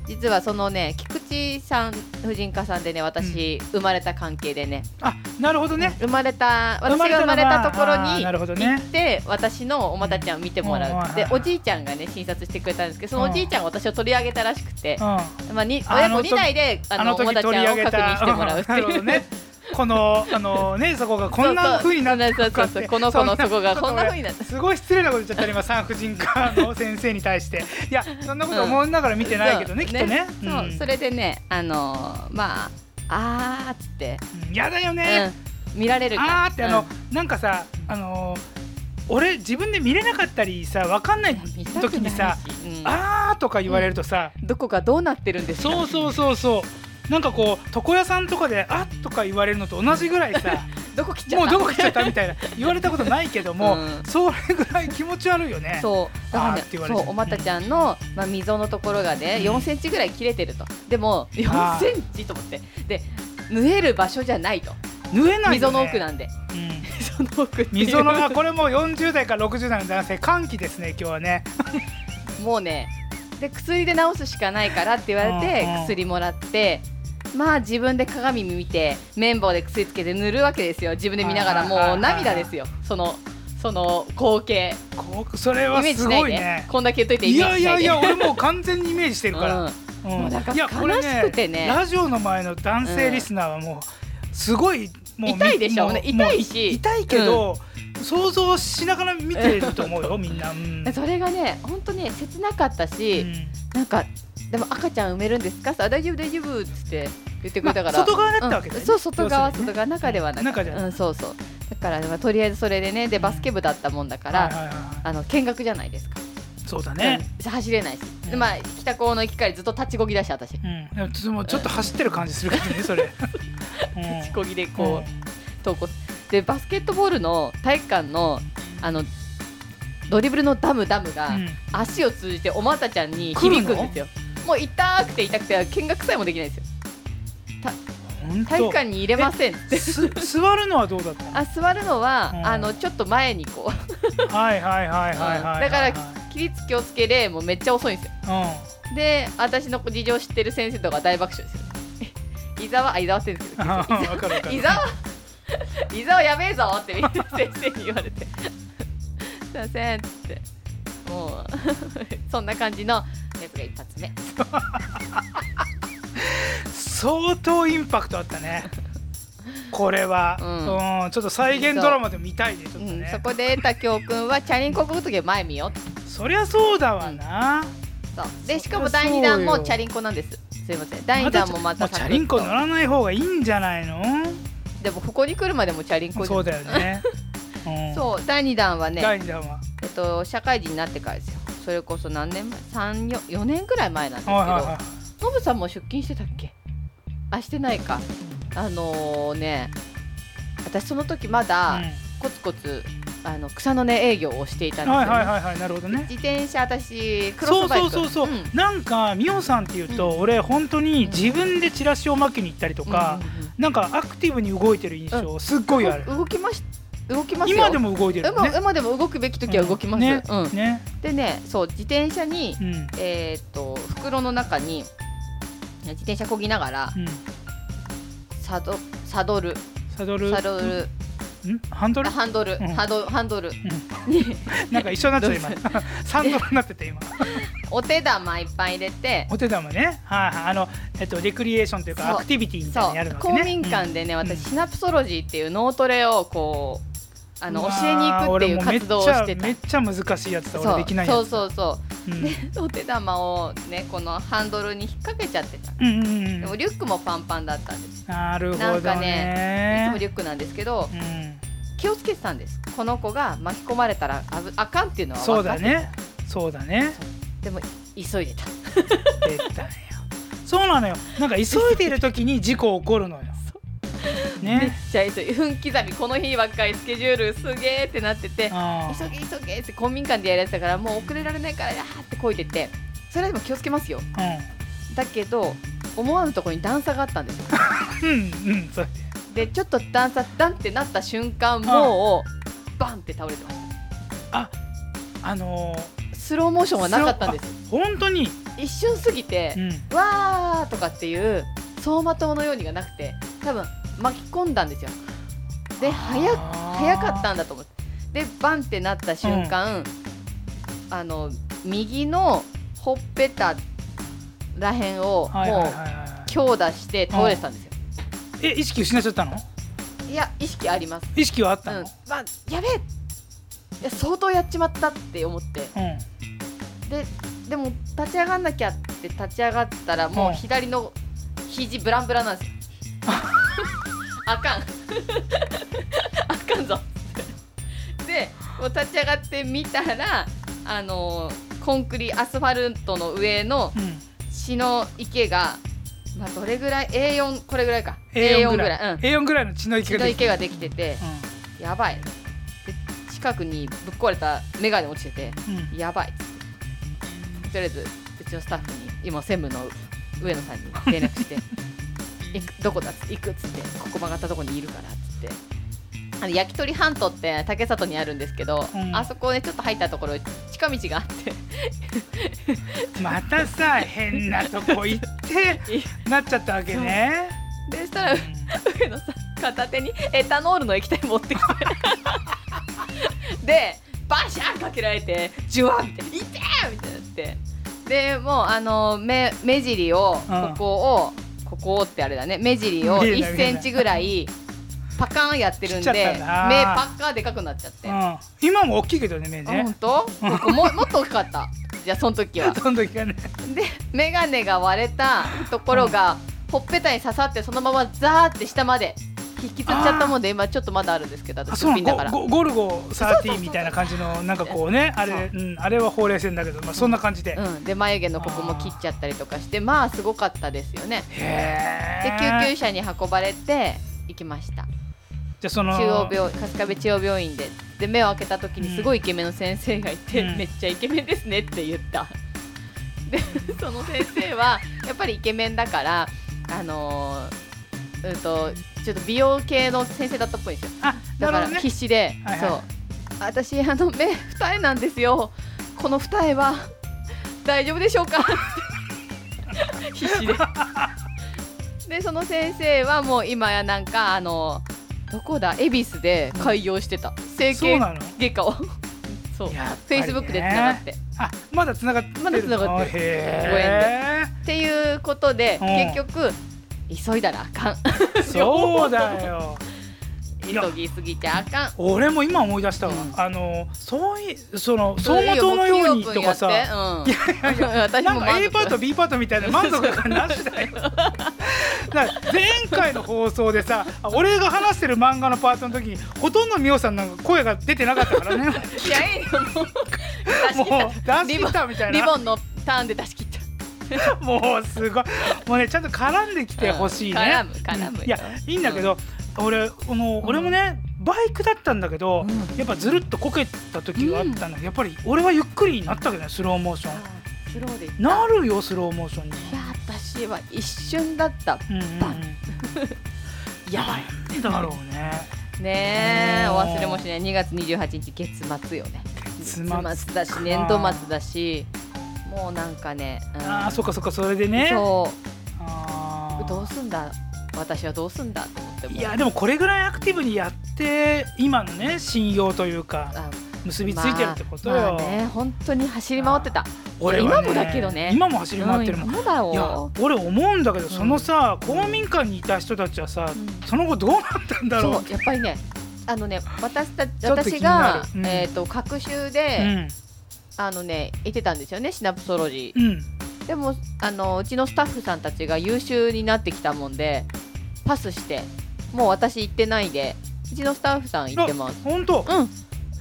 Speaker 2: 実はそのね菊池産婦人科さんでね私、生まれた関係でね
Speaker 1: あなるほどね
Speaker 2: 生まれた私
Speaker 1: 生まれ
Speaker 2: が
Speaker 1: た
Speaker 2: 生
Speaker 1: の
Speaker 2: ま
Speaker 1: は
Speaker 2: れたところ
Speaker 1: あー
Speaker 2: に
Speaker 1: なるほど
Speaker 2: 行
Speaker 1: ね
Speaker 2: って私のおまたちゃんを見て
Speaker 1: うん
Speaker 2: も
Speaker 1: うん
Speaker 2: ら
Speaker 1: は
Speaker 2: う
Speaker 1: い
Speaker 2: で
Speaker 1: はい
Speaker 2: おじいちゃんがね診察してくれたんですけどその
Speaker 1: うん
Speaker 2: おじいちゃんが私を取り上げたらしくて
Speaker 1: うん
Speaker 2: まあに
Speaker 1: あ
Speaker 2: 親
Speaker 1: の
Speaker 2: 子2代であ
Speaker 1: あ
Speaker 2: の
Speaker 1: の
Speaker 2: おま
Speaker 1: 時
Speaker 2: たちゃ
Speaker 1: 取り
Speaker 2: ん
Speaker 1: 上
Speaker 2: を
Speaker 1: げ
Speaker 2: 確
Speaker 1: た
Speaker 2: 認してもらうって
Speaker 1: なるほ
Speaker 2: い
Speaker 1: ど
Speaker 2: う
Speaker 1: ねこのあのねそこがこんな風になって
Speaker 2: そうそうそうそうこの子のそこがこんな風になっ
Speaker 1: ってすごい失礼なこと言っちゃった今産婦人科の先生に対していやそんなこと思いながら見てないけどね、
Speaker 2: そう
Speaker 1: きっとね
Speaker 2: そう、
Speaker 1: ん
Speaker 2: それでねあのーまああーっつって、
Speaker 1: うんやだよね、
Speaker 2: うん、見られるから
Speaker 1: あーってあの、なんかさあの俺自分で見れなかったりさわかんない
Speaker 2: うん
Speaker 1: 時にさ、
Speaker 2: 見たくないしうん
Speaker 1: あーとか言われるとさ、
Speaker 2: どこがどうなってるんですか
Speaker 1: そうそうそうそうなんかこう床屋さんとかで「あっ」とか言われるのと同じぐらいさ
Speaker 2: [LAUGHS] どこ来ちゃ
Speaker 1: も
Speaker 2: っ
Speaker 1: う
Speaker 2: た
Speaker 1: どこ来ちゃったみたいな言われたことないけども、
Speaker 2: うん
Speaker 1: それぐらい気持ち悪いよね。
Speaker 2: そうだから
Speaker 1: あー
Speaker 2: ね
Speaker 1: って言われ
Speaker 2: そ
Speaker 1: て
Speaker 2: うおまたちゃんの、まあ、溝のところがね
Speaker 1: うん
Speaker 2: 4センチぐらい切れてるとでも
Speaker 1: あー
Speaker 2: 4センチと思ってで縫える場所じゃないと
Speaker 1: 縫えないよ、ね、
Speaker 2: 溝の奥なんで
Speaker 1: うん
Speaker 2: 溝の奥ってい
Speaker 1: [LAUGHS]
Speaker 2: う
Speaker 1: 溝のあこれもう40代から60代の男性歓喜ですね今日はね
Speaker 2: もうねで薬で治すしかないからって言われて
Speaker 1: うんうん
Speaker 2: 薬もらってまあ自分で鏡見て綿棒で薬つけて塗るわけですよ自分で見ながら
Speaker 1: はいはい
Speaker 2: も
Speaker 1: は
Speaker 2: う
Speaker 1: い
Speaker 2: 涙ですよそのその光景
Speaker 1: こうそれ
Speaker 2: イ
Speaker 1: は
Speaker 2: メージ
Speaker 1: す
Speaker 2: しない
Speaker 1: ご
Speaker 2: で
Speaker 1: いね
Speaker 2: こんだけ言っといてイ
Speaker 1: い
Speaker 2: メー
Speaker 1: や
Speaker 2: ジ
Speaker 1: い
Speaker 2: しな
Speaker 1: や
Speaker 2: いで
Speaker 1: いや俺もう完全にイメージしてるから、うん
Speaker 2: もうだから
Speaker 1: いやこれ
Speaker 2: 悲しくてね
Speaker 1: ラジオの前の男性リスナーはもうすごいもうみ
Speaker 2: 痛いでしょ
Speaker 1: もう
Speaker 2: ね痛いし
Speaker 1: もう痛いけど、想像しながら見てると思う
Speaker 2: [LAUGHS]
Speaker 1: よみんな、うん
Speaker 2: うんそれがね本当ね切なかったし、
Speaker 1: うん
Speaker 2: なんかでも赤ちゃん産めるんですかさあ大丈夫大丈夫っつって言ってく
Speaker 1: ま
Speaker 2: れ
Speaker 1: あ
Speaker 2: たから、
Speaker 1: 外側だったわけだよね、
Speaker 2: うんそう外側
Speaker 1: 要するに
Speaker 2: 外
Speaker 1: ね
Speaker 2: 側中ではなか
Speaker 1: 中
Speaker 2: っ
Speaker 1: じゃ
Speaker 2: た、
Speaker 1: な
Speaker 2: う
Speaker 1: い
Speaker 2: ん、そうそうだから、まあ、とりあえずそれでねでバスケ部だったもんだから、
Speaker 1: はいはいは
Speaker 2: あの見学じゃないですか、
Speaker 1: い、そうだね、
Speaker 2: うん走れないし、で
Speaker 1: うん
Speaker 2: まあ北高の行きからずっと立ちこぎだし私、
Speaker 1: うんでもちょっともうちょっと走ってる感じするけどねそ
Speaker 2: [LAUGHS]
Speaker 1: れ、うん
Speaker 2: 立ちこぎでこう、投稿でバスケットボールの体育館のあのドリブルのダムダムが、
Speaker 1: うん
Speaker 2: 足を通じておまたちゃんに響くんですよもう痛くて痛くて見学さえもできないんですよ
Speaker 1: 本当
Speaker 2: 体育館に入れませんって
Speaker 1: す座るのはどうだったの
Speaker 2: あ座るのは、
Speaker 1: うん
Speaker 2: あのちょっと前にこう [LAUGHS]
Speaker 1: はいはいはいはいはいはい、
Speaker 2: だから起立気をつけでもうめっちゃ遅いんですよ
Speaker 1: う
Speaker 2: で私の事情知ってる先生とか大爆笑ですよ伊沢あ伊沢先生
Speaker 1: んわかるわかる
Speaker 2: [LAUGHS] 伊沢伊沢やべえぞって先生に言われて [LAUGHS] すいませんっつってもう [LAUGHS] そんな感じのやつが一発目
Speaker 1: 相当インパクトあった
Speaker 2: [LAUGHS]
Speaker 1: ねこれは、
Speaker 2: う
Speaker 1: うんちょっと再現ドラマでも見たいねちょっと
Speaker 2: うん、そ
Speaker 1: ね、
Speaker 2: こで得た教訓はチャリンコこぐときは前見よう
Speaker 1: そりゃそうだわな、
Speaker 2: そうで
Speaker 1: そ
Speaker 2: しかも第
Speaker 1: そう
Speaker 2: 2
Speaker 1: よ
Speaker 2: 弾もチャリンコなんですすいません第2弾もまた
Speaker 1: うチャリンコ
Speaker 2: サク
Speaker 1: 乗
Speaker 2: ッ
Speaker 1: らない方がいいんじゃないの
Speaker 2: とでもこ [LAUGHS] こに来るまでもチャリンコです
Speaker 1: そうだよ
Speaker 2: [LAUGHS]
Speaker 1: ね、うん、
Speaker 2: そう第2弾はね、
Speaker 1: 第二弾は
Speaker 2: えっと、社会人になってからですよそれこそ何年前34年ぐらい前なんですけど
Speaker 1: はいはいは
Speaker 2: ノブさんも出勤してたっけあしてないかあのね私その時まだ
Speaker 1: い、
Speaker 2: コツコツあの草の根営業をしていた
Speaker 1: うんん、
Speaker 2: ですよ、
Speaker 1: は
Speaker 2: ね
Speaker 1: いはいはいはいなるほどね
Speaker 2: 自転車私ク
Speaker 1: そ
Speaker 2: ロス
Speaker 1: う
Speaker 2: バイ
Speaker 1: そう
Speaker 2: ク
Speaker 1: そうそう、
Speaker 2: ん
Speaker 1: なんか美穂さんっていうと、俺本当に自分でチラシを巻きに行ったりとか、
Speaker 2: うんうんうん
Speaker 1: なんかアクティブに動いてる印象、すっごいある、
Speaker 2: 動きまし動きますよ
Speaker 1: 今でも動いてるもん
Speaker 2: 今
Speaker 1: ね
Speaker 2: 今でも動くべき時は動きます、
Speaker 1: ね
Speaker 2: うん
Speaker 1: ね、
Speaker 2: でねそう自転車に、
Speaker 1: うんうん
Speaker 2: えーっと袋の中に自転車こぎながらサドサドル
Speaker 1: サドル
Speaker 2: サドル
Speaker 1: んハンドル
Speaker 2: あハンドル、
Speaker 1: ん
Speaker 2: ハドハンドル
Speaker 1: う
Speaker 2: に
Speaker 1: なんか一緒になって
Speaker 2: どう
Speaker 1: [LAUGHS] た今サンドルになってた今
Speaker 2: お手玉いっぱい入れて
Speaker 1: お手玉ねはいはいあのえっとレクリエーションという
Speaker 2: そう
Speaker 1: かアクティビティみたいな
Speaker 2: そ
Speaker 1: のやる
Speaker 2: う
Speaker 1: わけね
Speaker 2: 公民館でね、私シナプソロジーっていう脳トレをこうあの
Speaker 1: う
Speaker 2: 教
Speaker 1: わー
Speaker 2: えに行くっていう活動をしてた
Speaker 1: 俺もめっちゃめっちゃ難しいやつだ
Speaker 2: そ
Speaker 1: 俺
Speaker 2: う
Speaker 1: できないやつ
Speaker 2: そうそうそ
Speaker 1: うん
Speaker 2: うお手玉をねこのハンドルに引っ掛けちゃってた
Speaker 1: うんうんうん
Speaker 2: でもリュックもパンパンだったんです
Speaker 1: なるほ
Speaker 2: な
Speaker 1: ど
Speaker 2: んかいつも
Speaker 1: ね
Speaker 2: リュックなんですけど
Speaker 1: うん
Speaker 2: 気をつけてたんですこの子が巻き込まれたらあぶあかんっていうのは
Speaker 1: そう
Speaker 2: 分かっ
Speaker 1: だ
Speaker 2: て
Speaker 1: ねそうだね
Speaker 2: でも急いでた
Speaker 1: 出たよそうなのよなんか急いでいる時に事故起こる
Speaker 2: [LAUGHS]
Speaker 1: のよ
Speaker 2: めっ
Speaker 1: ね
Speaker 2: ちゃ急い分刻みこの日ばっかりスケジュールすげーってなってて
Speaker 1: あー
Speaker 2: 急げ急げって公民館でやるやつだからもう遅れられないからやーってこいでてそれはでも気をつけますよだけど思わぬところに段差があったんです
Speaker 1: [LAUGHS]
Speaker 2: よ
Speaker 1: うんうんうんそう
Speaker 2: でちょっと段差ダンってなった瞬間もうバンって倒れてまし
Speaker 1: あのー
Speaker 2: たスローモーションはなかったんです
Speaker 1: 本当に、
Speaker 2: 一瞬過ぎて、
Speaker 1: うん、
Speaker 2: わーとかっていう走馬灯のようにがなくて多分巻き込んだんですよで早く早かったんだと思ってでバンってなった瞬間、あの右のほっぺたらへんを
Speaker 1: はいはい
Speaker 2: も
Speaker 1: はいうはいは
Speaker 2: 強打して倒れてたんですよ、
Speaker 1: いえ意識失っちゃったの
Speaker 2: いや意識あります
Speaker 1: 意識はあっ
Speaker 2: う
Speaker 1: たの、
Speaker 2: んまあやべえいや相当やっちまったって思って
Speaker 1: うん
Speaker 2: ででも立ち上がんなきゃって立ち上がったらも
Speaker 1: う
Speaker 2: うん左の肘ブランブランな
Speaker 1: [LAUGHS]
Speaker 2: んですよあかんあかんぞでもう立ち上がってみたらあのコンクリアスファルトの上の
Speaker 1: うん
Speaker 2: 血の池が、まあ、どれぐらい A4 これぐらいか
Speaker 1: A4 ぐらい
Speaker 2: らい、うん、
Speaker 1: A4 ぐらいの血の池
Speaker 2: 血
Speaker 1: が
Speaker 2: の
Speaker 1: 出て
Speaker 2: 池ができてて
Speaker 1: う
Speaker 2: やばいで近くにぶっ壊れた眼鏡落ちてて
Speaker 1: んうん
Speaker 2: やばいっつってとりあえずうちのスタッフに今専務の上野さんに連絡して [LAUGHS] 「行くどこだ?」っつって「行く」っつって「ここ曲がったとこにいるから」っつって。あの焼き鳥半島って竹里にあるんですけど、
Speaker 1: うん
Speaker 2: あそこねちょっと入ったところ近道があって
Speaker 1: またさ変なとこ行
Speaker 2: [LAUGHS]
Speaker 1: ってなっちゃったわけね、
Speaker 2: でそしたら上野さん片手にエタノールの液体持
Speaker 1: [LAUGHS]
Speaker 2: ってきてでバシャンかけられてジュワンみたいな「痛え!」みたいになってでもうあの目目尻を
Speaker 1: うん
Speaker 2: ここを、ここをってあれだね目尻を
Speaker 1: 見えない
Speaker 2: 1センチぐらいパカーンやってるん
Speaker 1: し
Speaker 2: で
Speaker 1: ちゃっ
Speaker 2: 目
Speaker 1: たな
Speaker 2: パッカーでかくなっちゃって、
Speaker 1: う
Speaker 2: あ
Speaker 1: ん、今も大きいけどね目
Speaker 2: 本
Speaker 1: ね
Speaker 2: 当ここももっと大きかったじゃあその時
Speaker 1: [LAUGHS]
Speaker 2: は
Speaker 1: その時はね
Speaker 2: で眼鏡が割れたところが、ほっぺたに刺さってそのままザーって下まで引きずっちゃったもんで今ちょっとまだあるんですけど
Speaker 1: あ
Speaker 2: 私
Speaker 1: そう
Speaker 2: ピ
Speaker 1: な
Speaker 2: ンだから
Speaker 1: のゴゴゴルゴ13みたいな感じのなんかこうねあれ、うん、あれはほうれい線だけど、まあ、そんな感じで、へ
Speaker 2: うん、で眉毛のここも切っちゃったりとかしてまあすごかったですよねで
Speaker 1: え
Speaker 2: 救急車に運ばれて行きました
Speaker 1: じゃあその
Speaker 2: 中央病春日部中央病院でで目を開けた時にすごいイケメンの先生がいて、
Speaker 1: うん
Speaker 2: めっちゃイケメンですねって言ったでその先生はやっぱりイケメンだからあのーうんとちょっと美容系の先生だったっぽいんですよ
Speaker 1: あな
Speaker 2: だか
Speaker 1: る
Speaker 2: ら
Speaker 1: ほどね
Speaker 2: 必死で、
Speaker 1: はいはい
Speaker 2: そう私あの目二重なんですよこの二重は大丈夫でしょうか [LAUGHS] 必
Speaker 1: [LAUGHS]
Speaker 2: 死ででその先生はもう今やなんかあのどこだ恵比寿で開業してた整
Speaker 1: そう
Speaker 2: 形
Speaker 1: なの
Speaker 2: 外科をそうフ
Speaker 1: やっぱ
Speaker 2: ェ
Speaker 1: り
Speaker 2: イ
Speaker 1: ね
Speaker 2: スブックでつながってっ
Speaker 1: あまだつながってる
Speaker 2: まだ繋がってる
Speaker 1: るへ
Speaker 2: ていうことで
Speaker 1: うん
Speaker 2: 結局急いだらあかん
Speaker 1: えそうだよい
Speaker 2: 急
Speaker 1: や
Speaker 2: ぎすぎちゃあかん
Speaker 1: 俺も今思い出したわ、
Speaker 2: うん
Speaker 1: あのそういその走馬灯のようにとかさ
Speaker 2: いいよもうキーオープンやってうん私
Speaker 1: な
Speaker 2: も
Speaker 1: ん
Speaker 2: 満
Speaker 1: か
Speaker 2: 足
Speaker 1: A パート B パートみたいな満足感なし
Speaker 2: [LAUGHS]
Speaker 1: だよだから前回の放送でさあ俺が話してる漫画のパートの時にほとんどミオさんなんか声が出てなかったからね
Speaker 2: いやいいよも
Speaker 1: も
Speaker 2: う出し切
Speaker 1: う
Speaker 2: っ
Speaker 1: ダンス
Speaker 2: リ
Speaker 1: ヒ
Speaker 2: ボ
Speaker 1: ッターみた
Speaker 2: た
Speaker 1: い
Speaker 2: リ
Speaker 1: な
Speaker 2: ボンのターンで出し切った
Speaker 1: もうすごいもうねちゃんと絡んできてほしいね、
Speaker 2: うん絡む絡むよ
Speaker 1: いやいいんだけど、俺この俺もねバイクだったんだけど、
Speaker 2: うん
Speaker 1: やっぱずるっとこけた時があったんだけど、やっぱり俺はゆっくりになったけどねスローモーション
Speaker 2: スローでいった
Speaker 1: なるよスローモーションに。
Speaker 2: いや私は一瞬だった
Speaker 1: うんうんうん
Speaker 2: バン
Speaker 1: やばいだろうね。
Speaker 2: ねえ
Speaker 1: うん
Speaker 2: お忘れもしない2月28日月末よね
Speaker 1: 月末
Speaker 2: だし年度末だしもうなんかね、うん
Speaker 1: ああそっかそっかそれでね。
Speaker 2: そ
Speaker 1: あ
Speaker 2: う
Speaker 1: ー
Speaker 2: どうすんだ私はどうすんだと思っても
Speaker 1: いやでもこれぐらいアクティブにやって今のね信用というか
Speaker 2: あ
Speaker 1: 結びついてるってことよ。
Speaker 2: まあまあね本当に走り回ってた
Speaker 1: 俺
Speaker 2: 今
Speaker 1: はね
Speaker 2: もだけどね
Speaker 1: 今も走り回ってるもん。
Speaker 2: うん今だ
Speaker 1: いや
Speaker 2: よ
Speaker 1: 俺思うんだけどそのさ、
Speaker 2: うん
Speaker 1: 公民館にいた人たちはさ、
Speaker 2: うん
Speaker 1: その後どうなったんだろう
Speaker 2: そうやっぱりねあのね私た
Speaker 1: ちょっと気
Speaker 2: 私
Speaker 1: になる
Speaker 2: が、
Speaker 1: うん
Speaker 2: えっ、と隔週で、
Speaker 1: うん
Speaker 2: あのね行ってたんですよねシナプソロジー、
Speaker 1: うん
Speaker 2: でもあのうちのスタッフさんたちが優秀になってきたもんでパスしてもう私行ってないでうちのスタッフさん行ってます
Speaker 1: 本当
Speaker 2: うん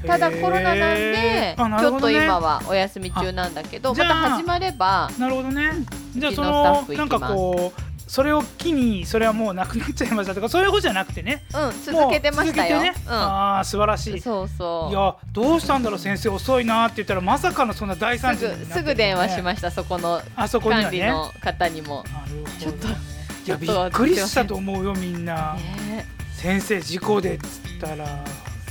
Speaker 2: ただ
Speaker 1: へー
Speaker 2: コロナなんで、
Speaker 1: あな
Speaker 2: ち
Speaker 1: る
Speaker 2: ょ
Speaker 1: ほ
Speaker 2: っ
Speaker 1: ど
Speaker 2: と
Speaker 1: ね
Speaker 2: 今はお休み中なんだけど
Speaker 1: あ
Speaker 2: ま
Speaker 1: じゃあ
Speaker 2: た始まれば
Speaker 1: なるほどね。じゃあ
Speaker 2: うち
Speaker 1: そ
Speaker 2: のスタッ
Speaker 1: の
Speaker 2: フ行
Speaker 1: なん
Speaker 2: きま
Speaker 1: か
Speaker 2: す
Speaker 1: こうそれを機にそれはもうなくなっちゃいま
Speaker 2: [LAUGHS]
Speaker 1: したとかそういうことじゃなくてね。
Speaker 2: うん続けてましたよ、
Speaker 1: もう続けてねああ素晴らし
Speaker 2: うん
Speaker 1: い。
Speaker 2: そうそ
Speaker 1: いうやどうしたんだろう先生遅いなって言ったらまさかのそんな大惨事
Speaker 2: す
Speaker 1: になっ
Speaker 2: ぐ
Speaker 1: てる
Speaker 2: すぐ電話しましたそこの
Speaker 1: あそこに
Speaker 2: 管
Speaker 1: は
Speaker 2: 理
Speaker 1: ね。なる
Speaker 2: の方にも、
Speaker 1: ほどね。い
Speaker 2: ちょ
Speaker 1: や
Speaker 2: っと
Speaker 1: びっくりしたと思うよみんな。
Speaker 2: ね
Speaker 1: 先生事故でっつったら。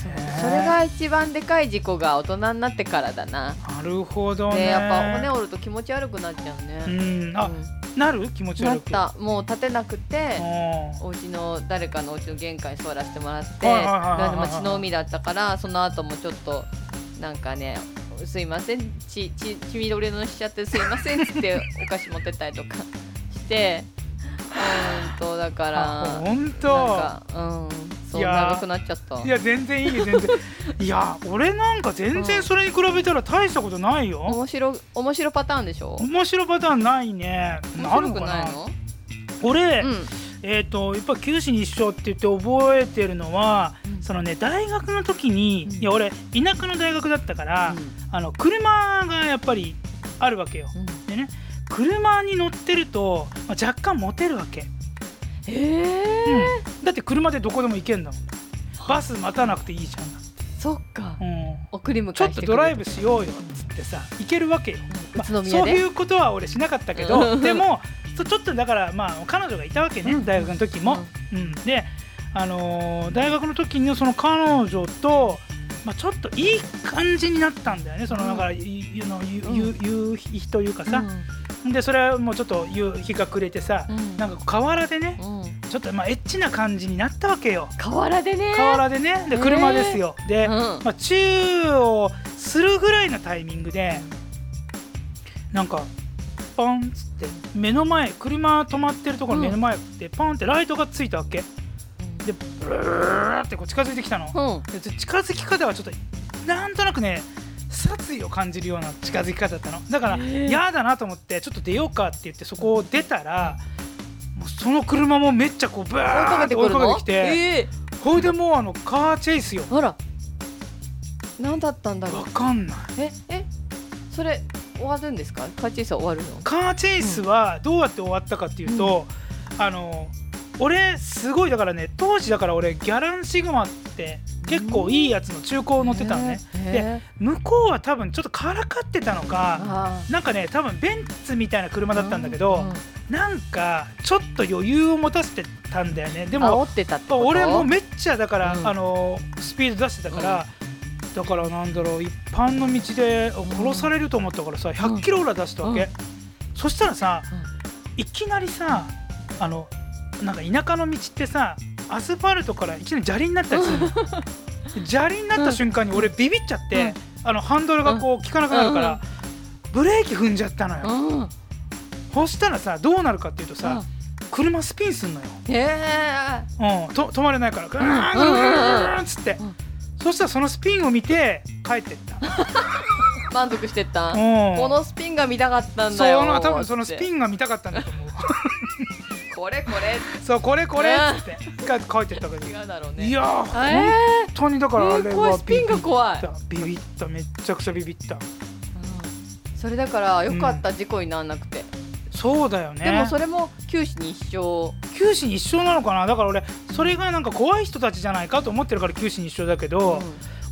Speaker 2: そう
Speaker 1: ね
Speaker 2: それが一番でかい事故が大人になってからだ
Speaker 1: な
Speaker 2: な
Speaker 1: るほど
Speaker 2: で
Speaker 1: ね。
Speaker 2: やっぱ骨折ると気持ち悪くなっちゃうね、
Speaker 1: うんあ
Speaker 2: う
Speaker 1: なる気持ち
Speaker 2: んなっ
Speaker 1: 悪く。
Speaker 2: たもう立てなくて
Speaker 1: うん。
Speaker 2: お家の誰かのお家の玄関に座らせてもらって
Speaker 1: はいはいはいはいはい
Speaker 2: なんかまあ血の海だったからその後もちょっとなんかねすいません血血血みどれのしちゃってすいませんっつって [LAUGHS] お菓子持ってったりとか [LAUGHS] してうんとだから
Speaker 1: あ本
Speaker 2: なん
Speaker 1: 当。
Speaker 2: かうんそう
Speaker 1: いやー
Speaker 2: 長くなっちゃった
Speaker 1: いや全然いいよ全然いや俺なんか全然それに比べたら大したことないよ
Speaker 2: 面白面白パターンでしょ
Speaker 1: 面白パターンないね
Speaker 2: 面
Speaker 1: ある
Speaker 2: 白
Speaker 1: の
Speaker 2: く
Speaker 1: か
Speaker 2: な
Speaker 1: ない
Speaker 2: の
Speaker 1: 俺、
Speaker 2: うん
Speaker 1: えっ、とやっぱ九死に一生って言って覚えてるのはそのね大学の時に、
Speaker 2: うん
Speaker 1: いや俺田舎の大学だったから、
Speaker 2: う
Speaker 1: あの車がやっぱりあるわけよ
Speaker 2: んうん
Speaker 1: でね車に乗ってると、まあ、若干モテるわけ、
Speaker 2: え
Speaker 1: う
Speaker 2: え
Speaker 1: ん、だって車でどこでも行けんだもんバス待たなくていいじ
Speaker 2: そっか
Speaker 1: ゃん、うん、
Speaker 2: 送り迎え
Speaker 1: ちょっ
Speaker 2: し
Speaker 1: と
Speaker 2: てくれる
Speaker 1: ドライブしようよっつってさ行けるわけよ、
Speaker 2: うん
Speaker 1: まあ
Speaker 2: 宇都宮
Speaker 1: そうい
Speaker 2: で
Speaker 1: うことは俺しなかったけ
Speaker 2: う
Speaker 1: ど
Speaker 2: ん
Speaker 1: でもそちょっとだからまあ彼女がいたわけね、
Speaker 2: うん
Speaker 1: 大学の時も、うんで、あのー大学の時のその彼女と、まあ、ちょっといい感じになったんだよねその
Speaker 2: うん
Speaker 1: だから、ゆゆのゆ
Speaker 2: うん
Speaker 1: ゆ夕日というかさ、でそれはもうちょっと夕日が暮れてさ、
Speaker 2: うん
Speaker 1: なんか河原でね
Speaker 2: うんうん
Speaker 1: ちょっとまあエッチな感じになったわけよ
Speaker 2: 河原でね
Speaker 1: 河原でねで車ですよ、で、
Speaker 2: うん
Speaker 1: まあ、チューをするぐらいのタイミングでなんかポンっつって目の前車止まってるところの目の前でポンってライトがついたわけでブルーってこう近づいてきたの
Speaker 2: うん
Speaker 1: で近づき方はちょっとなんとなくね殺意を感じるような近づき方だったのだから
Speaker 2: へえ
Speaker 1: 嫌だなと思ってちょっと出ようかって言ってそこを出たらもうその車もめっちゃこうブ
Speaker 2: 追いか
Speaker 1: ワーって
Speaker 2: け
Speaker 1: て
Speaker 2: く
Speaker 1: 追い
Speaker 2: る
Speaker 1: かけ
Speaker 2: の
Speaker 1: てきて
Speaker 2: ええ
Speaker 1: ほいでもうあのカーチェイスよ
Speaker 2: あら何だったんだろ
Speaker 1: わ
Speaker 2: う
Speaker 1: かんない
Speaker 2: ええそれ終わるんですかカーチェイスは終わるの
Speaker 1: カーチェイスはどうやって終わったかっていうと、あの俺すごいだからね当時だから俺ギャランシグマって結構いいやつの中古を乗ってたのね、
Speaker 2: へえ
Speaker 1: で
Speaker 2: へえ
Speaker 1: 向こうは多分ちょっとからかってたのか
Speaker 2: あ
Speaker 1: なんかね多分ベンツみたいな車
Speaker 2: あ
Speaker 1: だったんだけど、
Speaker 2: うんうん
Speaker 1: なんかちょっと余裕を持たせてたんだよねでも
Speaker 2: 煽ってたってこと
Speaker 1: 俺もめっちゃだから、
Speaker 2: うん
Speaker 1: あのスピード出してたから、だからなんだろう一般の道で殺されると思ったからさ100キロぐらい出したわけ、
Speaker 2: うん
Speaker 1: そしたらさ、いきなりさあのなんか田舎の道ってさアスファルトからいきなり砂利になったりするの砂利になった瞬間に俺ビビっちゃって、あのハンドルがこう効かなくなるから、ブレーキ踏んじゃったのよ、
Speaker 2: うん
Speaker 1: そしたらさどうなるかっていうとさ、車スピンすんのよ
Speaker 2: うんへえ
Speaker 1: うん、と止まれないからグーン
Speaker 2: うん
Speaker 1: グーンっつって、
Speaker 2: うん
Speaker 1: そしたらそのスピンを見て帰ってっ
Speaker 2: [LAUGHS]
Speaker 1: た、
Speaker 2: 満足してった
Speaker 1: うん、
Speaker 2: このスピンが見たかったん
Speaker 1: そ
Speaker 2: だよ
Speaker 1: の多分そのス
Speaker 2: ン
Speaker 1: ピンが見たかったんだと思う [LAUGHS]
Speaker 2: これこれ
Speaker 1: そうこれこれっつって帰ってったわけど
Speaker 2: 違うだろうね
Speaker 1: いやー、
Speaker 2: ええ
Speaker 1: 本当にだからあれ
Speaker 2: えー怖
Speaker 1: はい
Speaker 2: スピンが怖い
Speaker 1: ビビったビビっためっちゃくちゃビビった
Speaker 2: うんそれだからよかった、事故にならなくて
Speaker 1: そうだよね
Speaker 2: でもそれも九死に一生
Speaker 1: 九死に一生なのかなだから俺それがなんか怖い人たちじゃないかと思ってるから九死に一生だけど、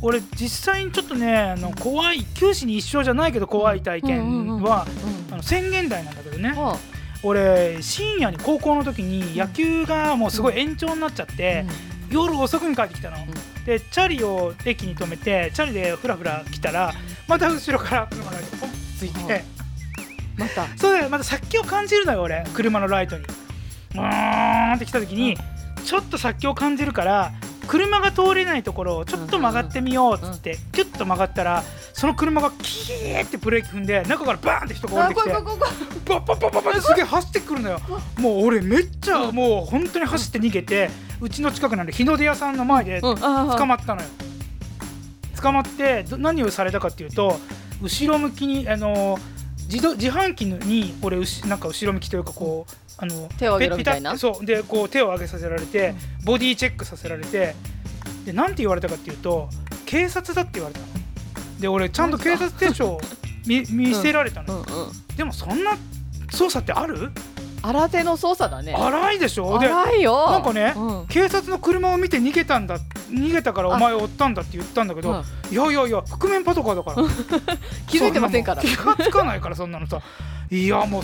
Speaker 1: 俺実際にちょっとねあの怖い九死に一生じゃないけど怖い体験は、
Speaker 2: うんうんうん
Speaker 1: あの宣言台なんだけどね、
Speaker 2: は
Speaker 1: 俺深夜に高校の時に野球がもうすごい延長になっちゃって、夜遅くに帰ってきたの、
Speaker 2: ん
Speaker 1: でチャリを駅に止めてチャリでフラフラ来たらまた後ろから車がポンってついて、
Speaker 2: はいまた
Speaker 1: そうだよまた殺気を感じるのよ俺車のライトにうーんって来た時に、ちょっと殺気を感じるから車が通れないところをちょっと曲がってみようっつって、キュッと曲がったらその車がキーってブレーキ踏んで中からバーンって人が降り
Speaker 2: あ
Speaker 1: てき
Speaker 2: こ
Speaker 1: て
Speaker 2: いこいこいこ
Speaker 1: パッパッパッパッパッすげえ走ってくるのよもう俺めっちゃもう本当に走って逃げてうちの近くなんで日の出屋さんの前で
Speaker 2: いうんあ
Speaker 1: 捕ま
Speaker 2: ま
Speaker 1: ったのよ捕まってど何をされたかっていうと後ろ向きにあの自動自販機に俺うしなんか後ろ向きというかこうあの
Speaker 2: 手を上げろみたいな
Speaker 1: ペピタッてそうでこう手を上げさせられてボディチェックさせられてでなんて言われたかっていうと警察だって言われたので俺ちゃんと警察手帳を見見せられたのよ
Speaker 2: うんうん
Speaker 1: でもそんな捜査ってある
Speaker 2: 新手の操作だね
Speaker 1: 荒いでしょで
Speaker 2: 荒いよ
Speaker 1: なんかね
Speaker 2: うん
Speaker 1: 警察の車を見て逃げたんだ逃げたからお前を追ったんだって言ったんだけど、
Speaker 2: うん
Speaker 1: いやいやいや覆面パトカーだから
Speaker 2: [LAUGHS] 気づいてませんから
Speaker 1: そなもん気がつかないからそんなのさいやもう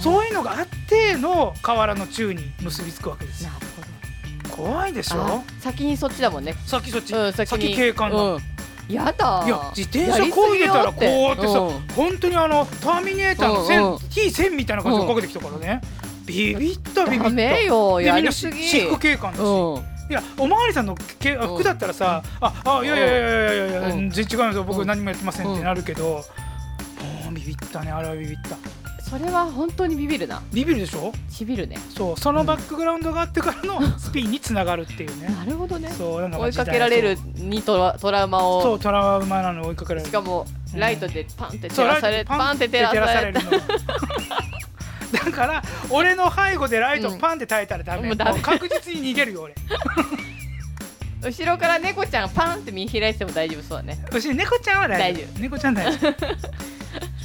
Speaker 1: そういうのがあっての河原の宙に結びつくわけですよ
Speaker 2: なるほど
Speaker 1: 怖いでし
Speaker 2: あ
Speaker 1: ょ
Speaker 2: 先にそっちだもんね
Speaker 1: さっきそっち、
Speaker 2: うん
Speaker 1: 先
Speaker 2: に
Speaker 1: 警官だ、
Speaker 2: うんやだ
Speaker 1: いや自転車こいでたらこうやってさ、
Speaker 2: うん
Speaker 1: 本当にあのターミネーターの線、
Speaker 2: うんうん
Speaker 1: T 線みたいな感じで追っかけてきたからね、ビビったビビった
Speaker 2: ダメよ
Speaker 1: で
Speaker 2: や
Speaker 1: みんな
Speaker 2: り
Speaker 1: 私
Speaker 2: すぎ
Speaker 1: 服警官だし、
Speaker 2: うん
Speaker 1: いやおまわりさんのけあ
Speaker 2: うん
Speaker 1: 服だったらさ、ああいやいやいやいやいやいや、
Speaker 2: うん
Speaker 1: 全然違うんですよ僕
Speaker 2: うん
Speaker 1: 何もやってませんっ
Speaker 2: う
Speaker 1: て
Speaker 2: ん
Speaker 1: なるけど、もうビビったねあれはビビった
Speaker 2: それは本当にビビるな
Speaker 1: ビビるでしょ
Speaker 2: しびるね
Speaker 1: そうそのバックグラウンドがあってから
Speaker 2: [LAUGHS]
Speaker 1: のスピンにつながるっていうね
Speaker 2: なるほどね
Speaker 1: そうなんか
Speaker 2: 追いかけられるにトラトラウマ
Speaker 1: そうそ
Speaker 2: を
Speaker 1: うトラウマなのに追いかけられる
Speaker 2: しかも
Speaker 1: うん
Speaker 2: ライトでパンって照
Speaker 1: そう
Speaker 2: らされパンって照らされ
Speaker 1: るの
Speaker 2: [LAUGHS]
Speaker 1: だから俺の背後でライト
Speaker 2: うん
Speaker 1: パンって耐えたらダメ,、
Speaker 2: もうダメ
Speaker 1: 確実に逃げるよ俺
Speaker 2: 後ろから猫ちゃんがパンって見開いても大丈夫そうだね
Speaker 1: 私猫ちゃんは大丈
Speaker 2: 大
Speaker 1: 夫猫ちゃん大
Speaker 2: [LAUGHS]
Speaker 1: 丈夫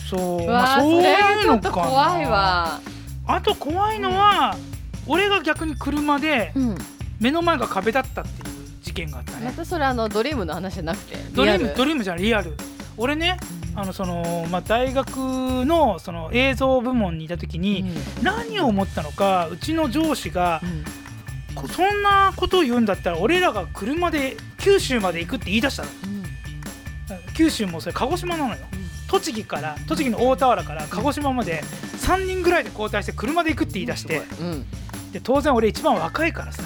Speaker 1: そう、
Speaker 2: う
Speaker 1: ま
Speaker 2: わ
Speaker 1: あ、
Speaker 2: ー
Speaker 1: そう
Speaker 2: それは
Speaker 1: いう
Speaker 2: ちょ
Speaker 1: の
Speaker 2: っと
Speaker 1: か
Speaker 2: 怖いわ
Speaker 1: あと怖いのは、俺が逆に車で
Speaker 2: うん
Speaker 1: 目の前が壁だったっていう事件があった
Speaker 2: ま
Speaker 1: ね
Speaker 2: たそれあのドリームの話じゃなくて
Speaker 1: ドリ
Speaker 2: リア
Speaker 1: ー
Speaker 2: ル
Speaker 1: ムドリームじゃないリアル俺ねあのその、まあ、大学のその映像部門にいた時
Speaker 2: うん
Speaker 1: に、何を思ったのかうちの上司が
Speaker 2: う、ん
Speaker 1: こそんなことを言うんだったら俺らが車で九州まで行くって言い出したの
Speaker 2: うん
Speaker 1: 九州もそれ鹿児島なのよ栃木から栃木の大田原から鹿児島まで3人ぐらいで交代して車で行くって言い出して
Speaker 2: うん
Speaker 1: で当然俺一番若いからさ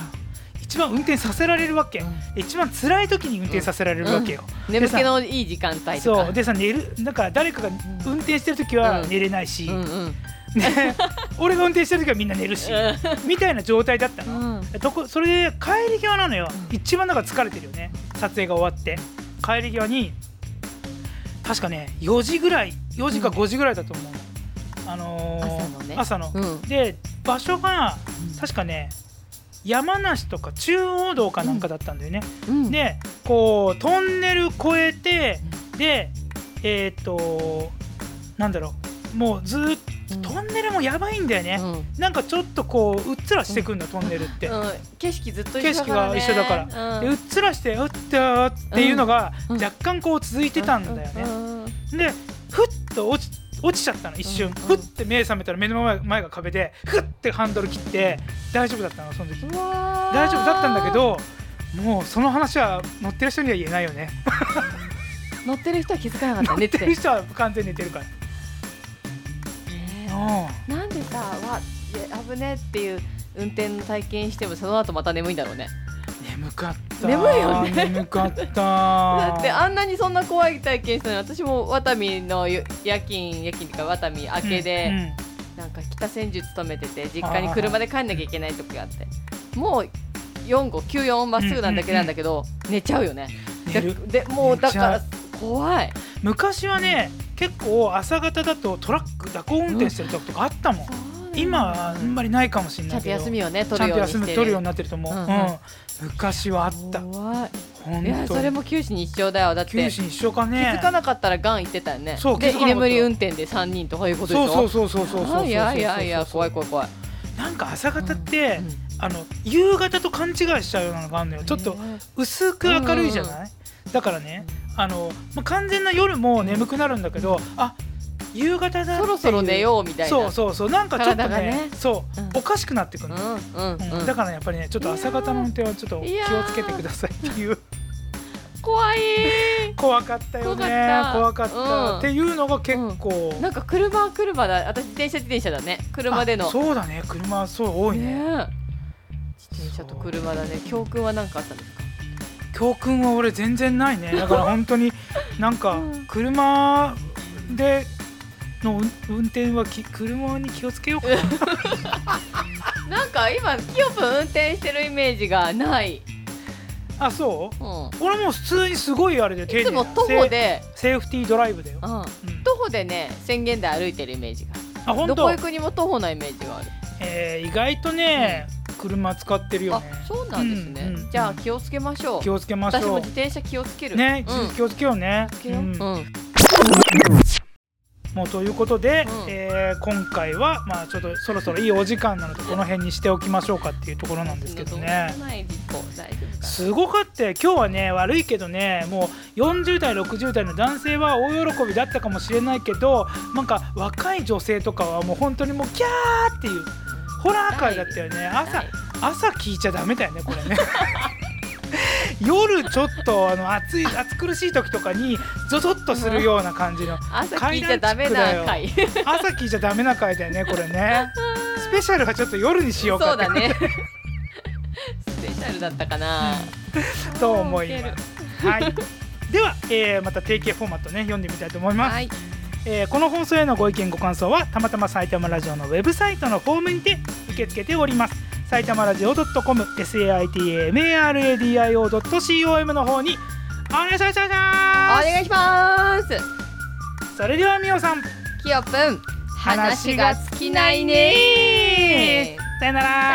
Speaker 1: 一番運転させられるわけ一番辛い時に運転させられるわけよ、
Speaker 2: 眠気のいい時間帯とか
Speaker 1: そうでさ寝るなんか誰かが運転してる時は
Speaker 2: うん
Speaker 1: 寝れないし、
Speaker 2: うんうん [LAUGHS]
Speaker 1: ね俺が運転してる時はみんな寝るし、みたいな状態だったの、どこそれで帰り際なのよ、
Speaker 2: うん
Speaker 1: 一番なんか疲れてるよね撮影が終わって帰り際に確かね4時ぐらい4時か5時ぐらいだと思う、あのー
Speaker 2: 朝のね
Speaker 1: 朝の、
Speaker 2: うん
Speaker 1: で場所が
Speaker 2: うん
Speaker 1: 確かね山梨とか中央道かなんかだったんだよね、
Speaker 2: うん
Speaker 1: でこうトンネル越えてでえーっ、となんだろうもうずーっ
Speaker 2: うん
Speaker 1: とトンネルもやばいんだよね、
Speaker 2: うん
Speaker 1: なんかちょっとこううっつらしてくんだ、トンネルって、
Speaker 2: うん景色ずっと
Speaker 1: 景色が一緒だ
Speaker 2: ら
Speaker 1: でうっつらして「うった」っていうのが
Speaker 2: うん
Speaker 1: 若干こう続いてたんだよね、でふっと落ち落ちちゃったの一瞬、
Speaker 2: うん
Speaker 1: ふって目覚めたら目の前前が壁でふってハンドル切って大丈夫だったのその時大
Speaker 2: 大
Speaker 1: 丈夫だったんだけどもうその話は乗ってる人には言えないよね
Speaker 2: 乗ってる人は気づかなかっ
Speaker 1: 乗
Speaker 2: た
Speaker 1: っ
Speaker 2: 寝
Speaker 1: て
Speaker 2: てて
Speaker 1: る人は完全に寝てるから、うん
Speaker 2: ねえなんでさわいや危ねっていう運転の体験してもその後また眠いんだろうね
Speaker 1: 眠かった
Speaker 2: 眠いよね
Speaker 1: 眠かった
Speaker 2: [LAUGHS] だってあんなにそんな怖い体験したのに私もワタミの夜夜勤夜勤っていうかワタミ明けで、
Speaker 1: うんうん
Speaker 2: なんか北千住勤めてて実家に車で帰んなきゃいけない時があってもう4594まっすぐなんだけなんだけど、寝ちゃうよね
Speaker 1: 寝る
Speaker 2: ででもうだか
Speaker 1: 寝
Speaker 2: ら怖い
Speaker 1: 昔はね結構朝方だとトラック蛇行運転してる時とかあったもん、今はあんまりないかもしれ
Speaker 2: ち
Speaker 1: な
Speaker 2: ゃ
Speaker 1: い
Speaker 2: んと
Speaker 1: けど
Speaker 2: 休みをね
Speaker 1: ち
Speaker 2: 取
Speaker 1: ゃ
Speaker 2: る
Speaker 1: んと
Speaker 2: ようにして
Speaker 1: 休み取るようになってると思う、う
Speaker 2: うんん
Speaker 1: 昔はあった
Speaker 2: 怖い
Speaker 1: 本
Speaker 2: いや
Speaker 1: 当
Speaker 2: それ
Speaker 1: に
Speaker 2: も九死に一生だよだって
Speaker 1: 九死に一緒か
Speaker 2: 気
Speaker 1: ね
Speaker 2: づかなかったらがん行ってたよね
Speaker 1: そう
Speaker 2: で
Speaker 1: 気づかな
Speaker 2: 居
Speaker 1: かった
Speaker 2: 眠り運転で3人とかいうことでし
Speaker 1: そ
Speaker 2: ょ
Speaker 1: うそうそうそうそうそうそうそう
Speaker 2: いやいやいや怖い怖い怖い
Speaker 1: なんか朝方って、あの夕方と勘違いしちゃうようなのがあるのよちょっと薄く明るいじゃない、だからねあの、まあ、完全な夜も眠くなるんだけど、あ夕方だっていう
Speaker 2: そろそろ寝ようみたいな
Speaker 1: そうそうそうなんかちょっと
Speaker 2: 体が
Speaker 1: ね
Speaker 2: ね
Speaker 1: そう、
Speaker 2: うん
Speaker 1: おかしくなってくるの、
Speaker 2: うんうん
Speaker 1: う
Speaker 2: うんん
Speaker 1: だからやっぱりねちょっと朝方の運転はちょっと
Speaker 2: い
Speaker 1: 気
Speaker 2: やー
Speaker 1: をつけてくださいっていう
Speaker 2: 怖い
Speaker 1: 怖かったよね
Speaker 2: 怖かった
Speaker 1: 怖かった
Speaker 2: うん
Speaker 1: っていうのが結構、
Speaker 2: なんか車は車だ私自転車自転車だね車で
Speaker 1: あ
Speaker 2: の
Speaker 1: そうだね車そう多いね
Speaker 2: ねえ自転車と車だね教訓は何かあったんですか
Speaker 1: 教訓は俺全然ないねだから本当になんか
Speaker 2: うん
Speaker 1: 車での運運転はき車に気をつけようかな
Speaker 2: なんか今キヨプン運転してるイメージがない、
Speaker 1: あそう
Speaker 2: うん、
Speaker 1: 俺もう普通にすごいあれで
Speaker 2: いつも徒歩で、
Speaker 1: セセーフティードライブだよ、
Speaker 2: うん、
Speaker 1: うん
Speaker 2: 徒歩でね宣言で歩いてるイメージが
Speaker 1: あ本
Speaker 2: どこ
Speaker 1: 当
Speaker 2: 行、くにも徒歩なイメージがある、
Speaker 1: えー意外とね、車使ってるよ
Speaker 2: あ
Speaker 1: ね
Speaker 2: そうなんですね、
Speaker 1: うんうん
Speaker 2: じゃあ気をつけましょう
Speaker 1: 気をつけまし
Speaker 2: 私も
Speaker 1: ょ
Speaker 2: 自転車気をつけ
Speaker 1: う
Speaker 2: る
Speaker 1: ね、
Speaker 2: うん
Speaker 1: 気をつけようね
Speaker 2: つけよう、
Speaker 1: う
Speaker 2: うんんうん
Speaker 1: もうということで、
Speaker 2: うん
Speaker 1: えー今回はまあちょっとそろそろいいお時間なのでこの辺にしておきましょうかっていうところなんですけどね
Speaker 2: 私のどうしようもない事故大丈夫か
Speaker 1: すごかったよ今日はね悪いけどねもう40代60代の男性は大喜びだったかもしれないけどなんか若い女性とかはもう本当にもうキャーっていうホラー界だったよね朝
Speaker 2: はい
Speaker 1: 朝聞いちゃダメだよねこれね
Speaker 2: [LAUGHS]
Speaker 1: 夜ちょっとあの暑い暑苦しい時とかにゾゾッとするような感じの
Speaker 2: 朝聞いちゃダメな回そ
Speaker 1: 朝聞いちゃダメな回だよねこれ
Speaker 2: [LAUGHS]
Speaker 1: ねスペシャルはちょっと夜にしようか
Speaker 2: うだねスペシャルだったかな、
Speaker 1: と思います。はい、では、えーまた定型フォーマットね読んでみたいと思います。
Speaker 2: はい
Speaker 1: えーこの放送へのご意見ご感想はたまたま埼玉ラジオのウェブサイトのフォームにて受け付けております埼玉ラジオ .com saitamaradio.com の方にお願いします
Speaker 2: お願いします
Speaker 1: それではみおさん
Speaker 2: キヨプン話が尽きないね
Speaker 1: さよなら
Speaker 2: さ